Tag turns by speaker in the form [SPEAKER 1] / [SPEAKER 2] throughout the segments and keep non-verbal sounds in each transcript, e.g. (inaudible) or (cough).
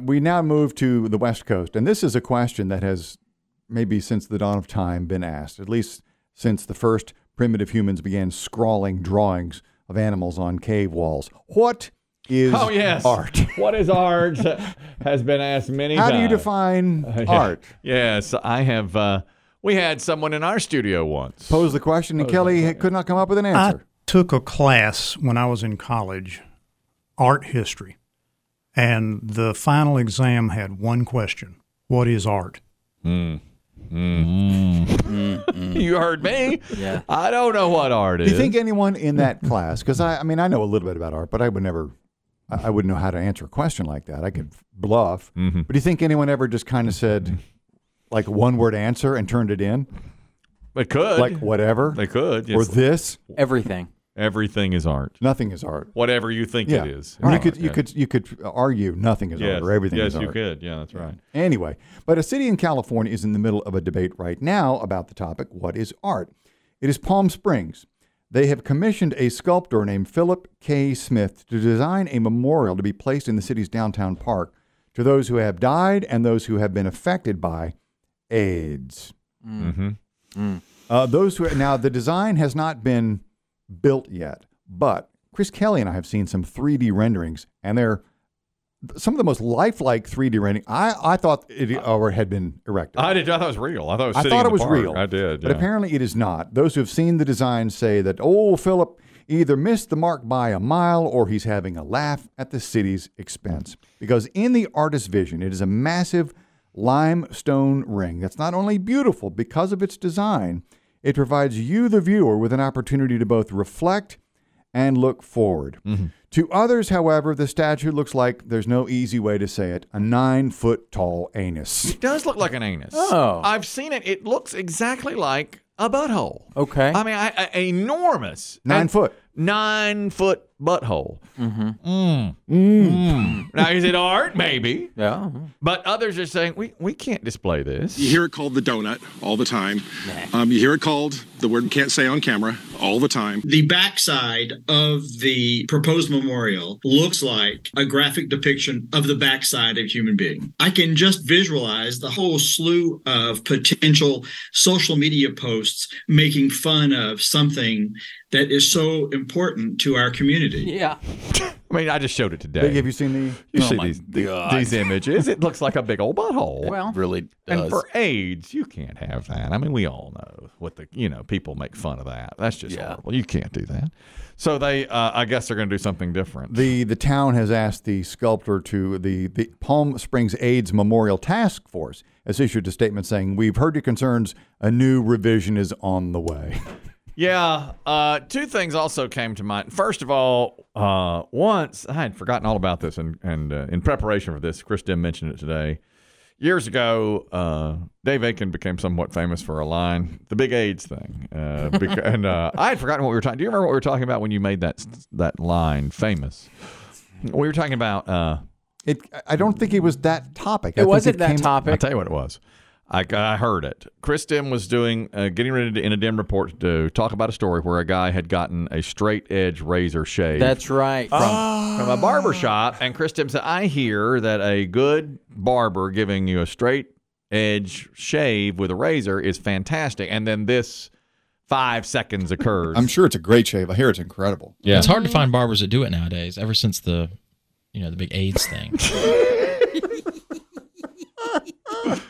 [SPEAKER 1] we now move to the West Coast, and this is a question that has maybe since the dawn of time been asked, at least since the first primitive humans began scrawling drawings of animals on cave walls. What is
[SPEAKER 2] Oh, yes.
[SPEAKER 1] art?
[SPEAKER 3] (laughs) What is art has been asked many
[SPEAKER 1] How
[SPEAKER 3] times.
[SPEAKER 1] do you define
[SPEAKER 3] yeah.
[SPEAKER 1] art?
[SPEAKER 2] Yes, I have. Uh, we had someone in our studio once.
[SPEAKER 1] Pose the question, and Kelly could not come up with an
[SPEAKER 4] I
[SPEAKER 1] answer.
[SPEAKER 4] took a class when I was in college, art history, and the final exam had one question: What is art?
[SPEAKER 2] You heard me.
[SPEAKER 5] Yeah.
[SPEAKER 2] I don't know what art
[SPEAKER 1] do
[SPEAKER 2] is.
[SPEAKER 1] you think anyone in that class? Because I, I mean, I know a little bit about art, but I would never, I, I wouldn't know how to answer a question like that. I could bluff.
[SPEAKER 2] Mm-hmm.
[SPEAKER 1] But do you think anyone ever just kind of said, like one word answer and turned it in,
[SPEAKER 2] they could.
[SPEAKER 1] like whatever,
[SPEAKER 2] they could.
[SPEAKER 1] or
[SPEAKER 2] Yes.
[SPEAKER 1] this?
[SPEAKER 5] Everything.
[SPEAKER 2] Everything is art.
[SPEAKER 1] Nothing is art.
[SPEAKER 2] Whatever you think
[SPEAKER 1] Yeah,
[SPEAKER 2] it is.
[SPEAKER 1] And you
[SPEAKER 2] Right.
[SPEAKER 1] could you
[SPEAKER 2] Yeah.
[SPEAKER 1] could you could argue nothing is
[SPEAKER 2] Yes.
[SPEAKER 1] art or everything
[SPEAKER 2] yes,
[SPEAKER 1] is art.
[SPEAKER 2] you could. Yeah, that's right.
[SPEAKER 1] Anyway, but a city in California is in the middle of a debate right now about the topic what is art? It is Palm Springs. They have commissioned a sculptor named Philip K. Smith to design a memorial to be placed in the city's downtown park to those who have died and those who have been affected by AIDS. Uh, those who now the design has not been built yet, but Chris Kelly and I have seen some 3D renderings, and they're some of the most lifelike 3D rendering. I, I thought it uh, or had been erected.
[SPEAKER 2] I did. I thought it was real. I thought it was.
[SPEAKER 1] I
[SPEAKER 2] sitting
[SPEAKER 1] thought
[SPEAKER 2] in
[SPEAKER 1] it
[SPEAKER 2] the
[SPEAKER 1] was
[SPEAKER 2] park.
[SPEAKER 1] real.
[SPEAKER 2] I did.
[SPEAKER 1] but
[SPEAKER 2] yeah.
[SPEAKER 1] apparently it is not. Those who have seen the design say that oh, Philip either missed the mark by a mile or he's having a laugh at the city's expense because in the artist's vision, it is a massive limestone ring that's not only beautiful because of its design, it provides you, the viewer, with an opportunity to both reflect and look forward.
[SPEAKER 2] Mm-hmm.
[SPEAKER 1] To others, however, the statue looks like there's no easy way to say it a nine foot tall anus.
[SPEAKER 2] It does look like an anus.
[SPEAKER 5] Oh.
[SPEAKER 2] I've seen it. It looks exactly like a butthole.
[SPEAKER 5] Okay.
[SPEAKER 2] I mean, I, I, enormous.
[SPEAKER 1] Nine
[SPEAKER 2] And-
[SPEAKER 1] foot.
[SPEAKER 2] Nine foot butthole. Mm-hmm. Mm. Mm. Now, is it art? Maybe.
[SPEAKER 5] Yeah.
[SPEAKER 2] But others are saying, we, we can't display this.
[SPEAKER 6] You hear it called the donut all the time. Um, you hear it called the word we can't say on camera all the time.
[SPEAKER 7] The backside of the proposed memorial looks like a graphic depiction of the backside of a human being. I can just visualize the whole slew of potential social media posts making fun of something that is so important to our community.
[SPEAKER 5] Yeah.
[SPEAKER 2] I mean, I just showed it today.
[SPEAKER 1] Have you seen the
[SPEAKER 2] You
[SPEAKER 5] Oh
[SPEAKER 2] see
[SPEAKER 5] my
[SPEAKER 2] these,
[SPEAKER 5] God.
[SPEAKER 2] these images. It looks like a big old butthole.
[SPEAKER 5] Well,
[SPEAKER 8] Really
[SPEAKER 2] and
[SPEAKER 8] does.
[SPEAKER 2] for AIDS, you can't have that. I mean, we all know what the you know people make fun of that. That's just
[SPEAKER 8] Yeah.
[SPEAKER 2] horrible. You can't do that. So they, uh, I guess, they're going to do something different.
[SPEAKER 1] The the town has asked the sculptor to the, the Palm Springs AIDS Memorial Task Force has issued a statement saying we've heard your concerns. A new revision is on the way.
[SPEAKER 2] Yeah. Uh, two things also came to mind. First of all, uh, once I had forgotten all about this, and and uh, in preparation for this, Chris Dim mentioned it today. Years ago, uh, Dave Aiken became somewhat famous for a line, the big AIDS thing. Uh, bec- and uh, I had forgotten what we were talking. Do you remember what we were talking about when you made that that line famous? We were talking about. Uh,
[SPEAKER 1] It I don't think it was that topic. I
[SPEAKER 5] It
[SPEAKER 1] think
[SPEAKER 5] wasn't that
[SPEAKER 1] came-
[SPEAKER 2] I'll
[SPEAKER 5] topic.
[SPEAKER 2] tell you what it was. I, I heard it. Chris Dim was doing, uh, getting ready to, in a Dim report to talk about a story where a guy had gotten a straight edge razor shave
[SPEAKER 5] That's right. From
[SPEAKER 2] from a barber shop. And Chris Dim said, I hear that a good barber giving you a straight edge shave with a razor is fantastic. And then this five seconds occurs.
[SPEAKER 8] I'm sure it's a great shave. I hear it's incredible.
[SPEAKER 2] Yeah.
[SPEAKER 9] It's hard
[SPEAKER 5] Mm-hmm.
[SPEAKER 9] to find barbers that do it nowadays. Ever since the, you know, the big
[SPEAKER 5] (laughs)
[SPEAKER 9] AIDS thing.
[SPEAKER 1] (laughs)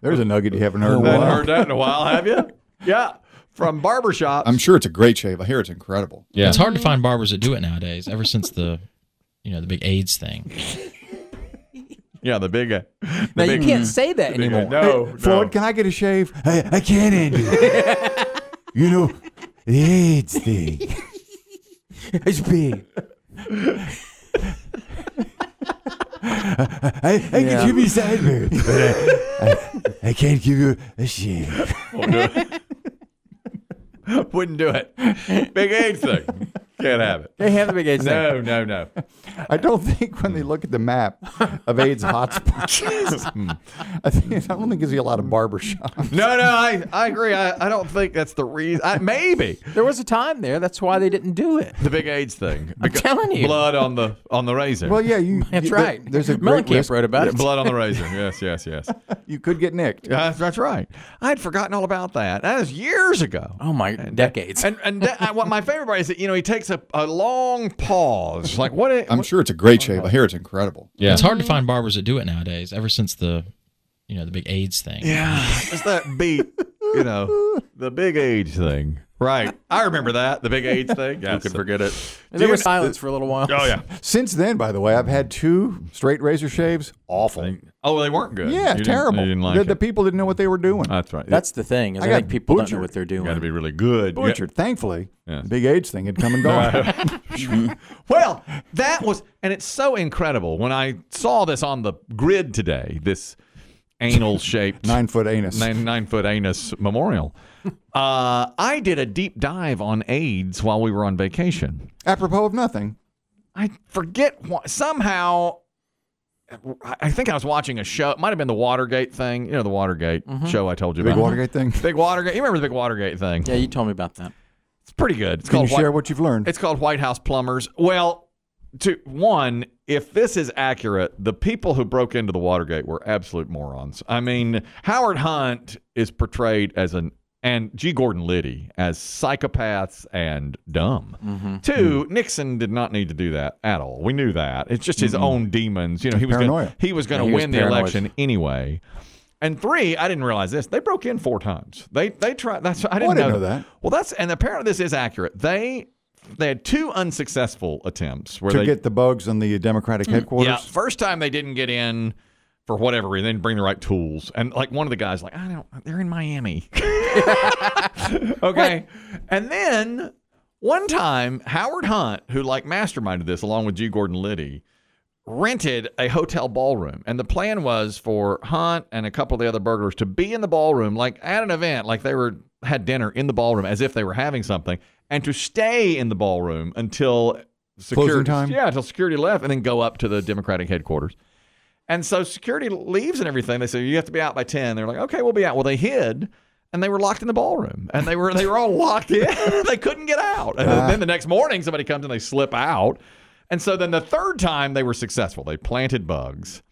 [SPEAKER 1] There's a nugget you haven't heard.
[SPEAKER 9] Oh,
[SPEAKER 1] in a
[SPEAKER 2] Haven't
[SPEAKER 1] while.
[SPEAKER 2] heard that in a while,
[SPEAKER 8] (laughs)
[SPEAKER 2] have you? Yeah. From barber shop.
[SPEAKER 8] I'm sure it's a great shave. I hear it's incredible.
[SPEAKER 9] It's hard to find barbers that do it nowadays. Ever since the, you know, the big AIDS thing.
[SPEAKER 2] yeah, the big. uh, The
[SPEAKER 5] now you
[SPEAKER 2] big
[SPEAKER 5] can't say that
[SPEAKER 2] the big-
[SPEAKER 5] anymore.
[SPEAKER 2] No,
[SPEAKER 5] (laughs)
[SPEAKER 2] no.
[SPEAKER 1] Floyd, can I get a shave? I, I can't, (laughs) Andy. you know, the AIDS (laughs) thing.
[SPEAKER 5] It's big.
[SPEAKER 1] I, I
[SPEAKER 5] Yeah.
[SPEAKER 1] can give you sideburns, but I, I, I can't give you a shave.
[SPEAKER 2] (laughs) Wouldn't do it. Big AIDS thing. Can't have it.
[SPEAKER 5] They have the big age thing.
[SPEAKER 2] No, no, no.
[SPEAKER 1] I don't think when they look at the map of AIDS (laughs) hotspots, Hmm. I, think, I don't think it gives you a lot of barbershops.
[SPEAKER 2] No, no, I, I agree. I, I don't think that's the reason. I, maybe
[SPEAKER 5] There was a time there. That's why they didn't do it.
[SPEAKER 2] the big AIDS thing.
[SPEAKER 5] I'm telling you.
[SPEAKER 2] blood on the on the razor.
[SPEAKER 1] Well, yeah, you.
[SPEAKER 5] That's
[SPEAKER 1] you- there-
[SPEAKER 5] right.
[SPEAKER 1] There's a great
[SPEAKER 5] Mellencamp
[SPEAKER 1] risk.
[SPEAKER 5] wrote about it.
[SPEAKER 2] blood on the razor. Yes, yes, yes.
[SPEAKER 1] You could get nicked.
[SPEAKER 2] Yeah, that's, that's right. I had forgotten all about that. That was years ago.
[SPEAKER 5] Oh my, decades.
[SPEAKER 2] And and that, I, what my favorite part is that you know he takes a, a long pause. Like what? i-
[SPEAKER 8] I'm
[SPEAKER 2] what-
[SPEAKER 8] sure it's a great shave. I hear it's incredible.
[SPEAKER 9] Yeah. It's hard to find barbers that do it nowadays. Ever since the, you know, the big AIDS thing.
[SPEAKER 2] Yeah, it's that beat.
[SPEAKER 1] (laughs)
[SPEAKER 2] You know, the big age thing. Right. I remember that the big AIDS thing. Yes. Who could forget it?
[SPEAKER 5] there was silence for a little while.
[SPEAKER 2] (laughs) Oh yeah.
[SPEAKER 1] Since then, by the way, I've had
[SPEAKER 2] Mm-hmm.
[SPEAKER 1] two straight razor shaves. Awful.
[SPEAKER 2] Oh, they weren't good.
[SPEAKER 1] Yeah,
[SPEAKER 2] You didn't-
[SPEAKER 1] terrible.
[SPEAKER 2] you didn't like
[SPEAKER 1] the, the
[SPEAKER 2] it. Uh,
[SPEAKER 1] people didn't know what they were doing.
[SPEAKER 2] That's right.
[SPEAKER 5] That's the thing. Is
[SPEAKER 1] I
[SPEAKER 5] I,
[SPEAKER 1] got
[SPEAKER 5] think people don't
[SPEAKER 1] butchered.
[SPEAKER 5] know what they're
[SPEAKER 2] got to
[SPEAKER 5] doing.
[SPEAKER 2] be really good. You-
[SPEAKER 1] Butchered. Thankfully,
[SPEAKER 2] Yes.
[SPEAKER 1] big AIDS thing had come and
[SPEAKER 2] (laughs)
[SPEAKER 1] gone.
[SPEAKER 2] Well, that was, and it's so incredible. When I saw this on the grid today, this
[SPEAKER 1] (laughs)
[SPEAKER 2] anal shaped
[SPEAKER 1] Nine foot anus.
[SPEAKER 2] nine, nine foot anus
[SPEAKER 1] (laughs)
[SPEAKER 2] memorial, uh, I did a deep dive on AIDS while we were on vacation.
[SPEAKER 1] Apropos of nothing.
[SPEAKER 2] I forget what, somehow. I I think I was watching a show. It might have been the Watergate thing. You know, the Watergate show I told you
[SPEAKER 1] Mm-hmm. Big
[SPEAKER 2] about.
[SPEAKER 1] Watergate thing.
[SPEAKER 2] Big Watergate. You remember the Big Watergate thing?
[SPEAKER 5] Yeah, you told me about that.
[SPEAKER 2] It's pretty good. It's
[SPEAKER 1] Can you
[SPEAKER 2] called Wa-
[SPEAKER 1] share what you've learned?
[SPEAKER 2] It's called White House Plumbers. Well, to one, if this is accurate, the people who broke into the Watergate were absolute morons. I mean, Howard Hunt is portrayed as an and G. Gordon Liddy as psychopaths and dumb. 2 Nixon did not need to do that at all. We knew that. It's just his own demons. You know, he was
[SPEAKER 1] Paranoia.
[SPEAKER 2] gonna, he was going to
[SPEAKER 5] Yeah, he was
[SPEAKER 2] win the
[SPEAKER 5] paranoid.
[SPEAKER 2] election anyway. And three, I didn't realize this. They broke in four times. They they tried. That's I didn't,
[SPEAKER 1] I didn't know that.
[SPEAKER 2] Well, that's and apparently this is accurate. They they had two unsuccessful attempts where
[SPEAKER 1] to
[SPEAKER 2] they Hmm.
[SPEAKER 1] get the bugs on the Democratic headquarters.
[SPEAKER 2] yeah first time they didn't get in for whatever reason. They didn't bring the right tools. And like one of the guys like I don't. They're
[SPEAKER 1] (laughs)
[SPEAKER 2] in Miami. (laughs) okay, and then one time Howard Hunt, who like masterminded this along with G. Gordon Liddy rented a hotel ballroom and the plan was for hunt and a couple of the other burglars to be in the ballroom like at an event like they were had dinner in the ballroom as if they were having something and to stay in the ballroom until security
[SPEAKER 1] time?
[SPEAKER 2] yeah until security left and then go up to the democratic headquarters and so security leaves and everything they say you have to be out by 10 they're like okay we'll be out well they hid and they were locked in the ballroom and they were they were all locked in (laughs) they couldn't get out and then the next morning somebody comes and they slip out and so then the third time they were successful. They planted bugs.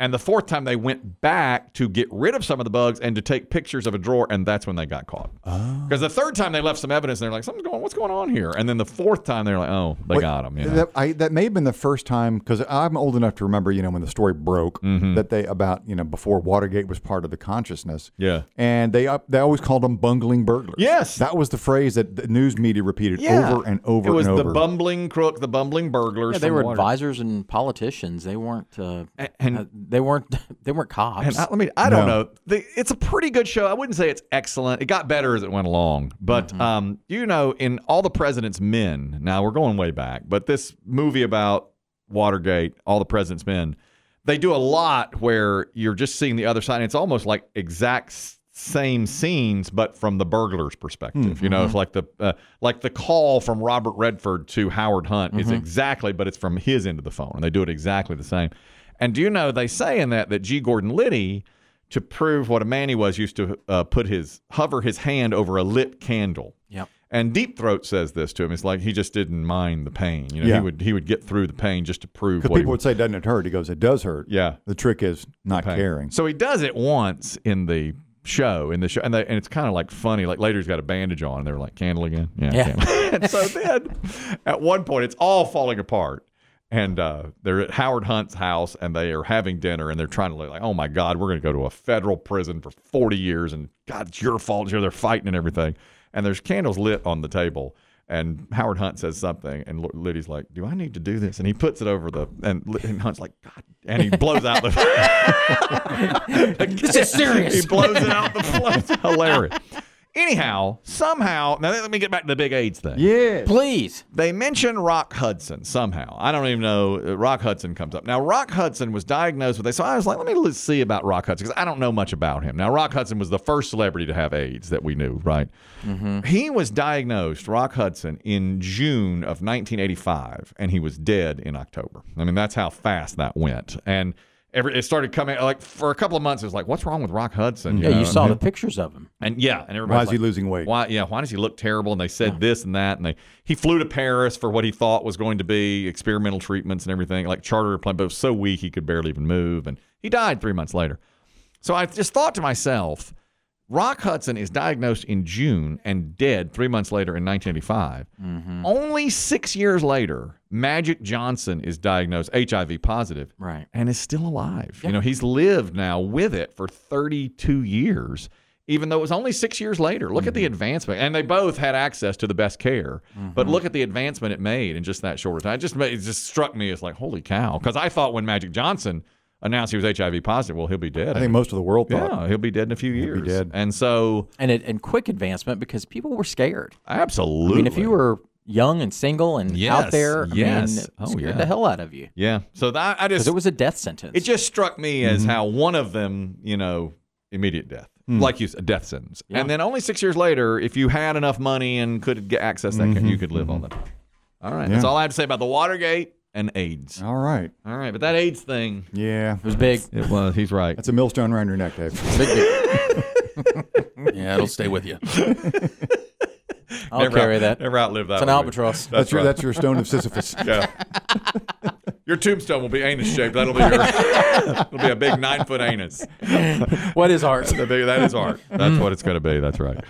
[SPEAKER 2] And the fourth time they went back to get rid of some of the bugs and to take pictures of a drawer, and that's when they got caught. Because the third time they left some evidence, and they're like, "Something's going. What's going on here?" And then the fourth time they're like, "Oh, they
[SPEAKER 1] Wait,
[SPEAKER 2] got them." You know?
[SPEAKER 1] That, I, that may have been the first time because I'm old enough to remember, you know, when the story broke
[SPEAKER 2] Mm-hmm.
[SPEAKER 1] that they about you know before Watergate was part of the consciousness.
[SPEAKER 2] Yeah.
[SPEAKER 1] and they up, they always called them bungling burglars.
[SPEAKER 2] Yes.
[SPEAKER 1] that was the phrase that the news media repeated
[SPEAKER 2] Yeah.
[SPEAKER 1] over and over.
[SPEAKER 2] it was
[SPEAKER 1] and
[SPEAKER 2] the
[SPEAKER 1] over.
[SPEAKER 2] bumbling crook, the bumbling burglars.
[SPEAKER 5] Yeah, they
[SPEAKER 2] from
[SPEAKER 5] were
[SPEAKER 2] Water-
[SPEAKER 5] advisors and politicians. They weren't. Uh,
[SPEAKER 2] and-
[SPEAKER 5] uh, they weren't. (laughs) They weren't cops. (laughs)
[SPEAKER 2] And I, let me, I don't
[SPEAKER 1] No.
[SPEAKER 2] know. The, it's a pretty good show. I wouldn't say it's excellent. It got better as it went along. But, um, you know, in All the President's Men, now we're going way back, but this movie about Watergate, All the President's Men, they do a lot where you're just seeing the other side. And it's almost like exact s- same scenes, but from the burglar's perspective. You know, it's like the uh, like the call from Robert Redford to Howard Hunt is exactly, but it's from his end of the phone, and they do it exactly the same. And do you know they say in that that G. Gordon Liddy, to prove what a man he was, used to uh, put his hover his hand over a lit candle.
[SPEAKER 5] Yep.
[SPEAKER 2] And Deep Throat says this to him. It's like he just didn't mind the pain. You know,
[SPEAKER 1] Yeah.
[SPEAKER 2] he would he would get through the pain just to prove
[SPEAKER 1] Because
[SPEAKER 2] what he
[SPEAKER 1] people would say, "Doesn't it hurt?" He goes, "It does hurt."
[SPEAKER 2] Yeah.
[SPEAKER 1] the trick is not
[SPEAKER 2] pain.
[SPEAKER 1] caring.
[SPEAKER 2] So he does it once in the show, in the show, and, they, and it's kind of like funny. Like later, he's got a bandage on, and they're like, "Candle again, yeah."
[SPEAKER 5] Yeah.
[SPEAKER 2] candle." (laughs) and so then, at one point, it's all falling apart, and uh, they're at Howard Hunt's house, and they are having dinner, and they're trying to look like, "Oh my God, we're going to go to a federal prison for forty years, and God, it's your fault." Here they're fighting and everything, and there's candles lit on the table. And Howard Hunt says something, and L- Liddy's like, "Do I need to do this?" And he puts it over the, and, Li- and Hunt's like, "God," and he blows out the.
[SPEAKER 5] this is serious.
[SPEAKER 2] He blows it out the floor. It's hilarious. Anyhow, somehow, now let me get back to the big AIDS thing.
[SPEAKER 1] Yeah.
[SPEAKER 5] Please.
[SPEAKER 2] They mention Rock Hudson somehow. I don't even know. Uh, Rock Hudson comes up. Now, Rock Hudson was diagnosed with AIDS. So I was like, let me let's see about Rock Hudson because I don't know much about him. Now, Rock Hudson was the first celebrity to have AIDS that we knew, right?
[SPEAKER 5] Mm-hmm.
[SPEAKER 2] He was diagnosed, Rock Hudson, in June of 1985, and he was dead in October. I mean, that's how fast that went. And every, it started coming, like, for a couple of months, it was like, what's wrong with Rock Hudson?
[SPEAKER 5] Yeah, you
[SPEAKER 2] know?
[SPEAKER 5] saw the pictures of him.
[SPEAKER 2] And yeah, and everybody's
[SPEAKER 1] Why is he
[SPEAKER 2] like,
[SPEAKER 1] losing weight?
[SPEAKER 2] why yeah why does he look terrible and they said this and that and they he flew to paris for what he thought was going to be experimental treatments and everything like charter plane but it was so weak he could barely even move and he died three months later so i just thought to myself rock hudson is diagnosed in june and dead three months later in 1985 only six years later magic johnson is diagnosed hiv positive
[SPEAKER 5] Right.
[SPEAKER 2] and is still alive. You know, he's lived now with it for 32 years, even though it was only six years later. Look at the advancement. And they both had access to the best care, but look at the advancement it made in just that short time. It just, ma- it just struck me as like, holy cow. Because I thought when Magic Johnson announced he was HIV positive, well, he'll be dead.
[SPEAKER 1] I think most of the world thought.
[SPEAKER 2] yeah, he'll be dead in a few years.
[SPEAKER 1] dead.
[SPEAKER 2] And so,
[SPEAKER 5] And it and quick advancement because people were scared.
[SPEAKER 2] absolutely.
[SPEAKER 5] I mean, if you were young and single and
[SPEAKER 2] Yes,
[SPEAKER 5] out there, I
[SPEAKER 2] yes.
[SPEAKER 5] mean, it
[SPEAKER 2] Oh,
[SPEAKER 5] scared
[SPEAKER 2] yeah.
[SPEAKER 5] the hell out of you.
[SPEAKER 2] Yeah. So that, I just.
[SPEAKER 5] Because it was a death sentence.
[SPEAKER 2] It just struck me as how one of them, you know, immediate death, like you said, death sentence. And then only six years later, if you had enough money and could get access that, care, you could live on that. All right. That's all I have to say about the Watergate and AIDS.
[SPEAKER 1] All right.
[SPEAKER 2] All right. But that AIDS thing.
[SPEAKER 1] Yeah.
[SPEAKER 5] it was big.
[SPEAKER 2] It was. He's right.
[SPEAKER 1] That's a millstone around your neck, Dave.
[SPEAKER 5] Big deal.
[SPEAKER 8] Yeah, it'll stay with you.
[SPEAKER 5] (laughs) I'll carry that.
[SPEAKER 2] Never outlive that.
[SPEAKER 5] It's an
[SPEAKER 2] one.
[SPEAKER 5] albatross.
[SPEAKER 1] That's, your
[SPEAKER 2] right.
[SPEAKER 1] that's your stone of
[SPEAKER 2] (laughs)
[SPEAKER 1] Sisyphus.
[SPEAKER 2] Your tombstone will be anus shaped.
[SPEAKER 5] (laughs)
[SPEAKER 2] That'll be your. it'll be a big nine foot anus.
[SPEAKER 5] What is art?
[SPEAKER 2] That is art. That's what it's going to be. That's right.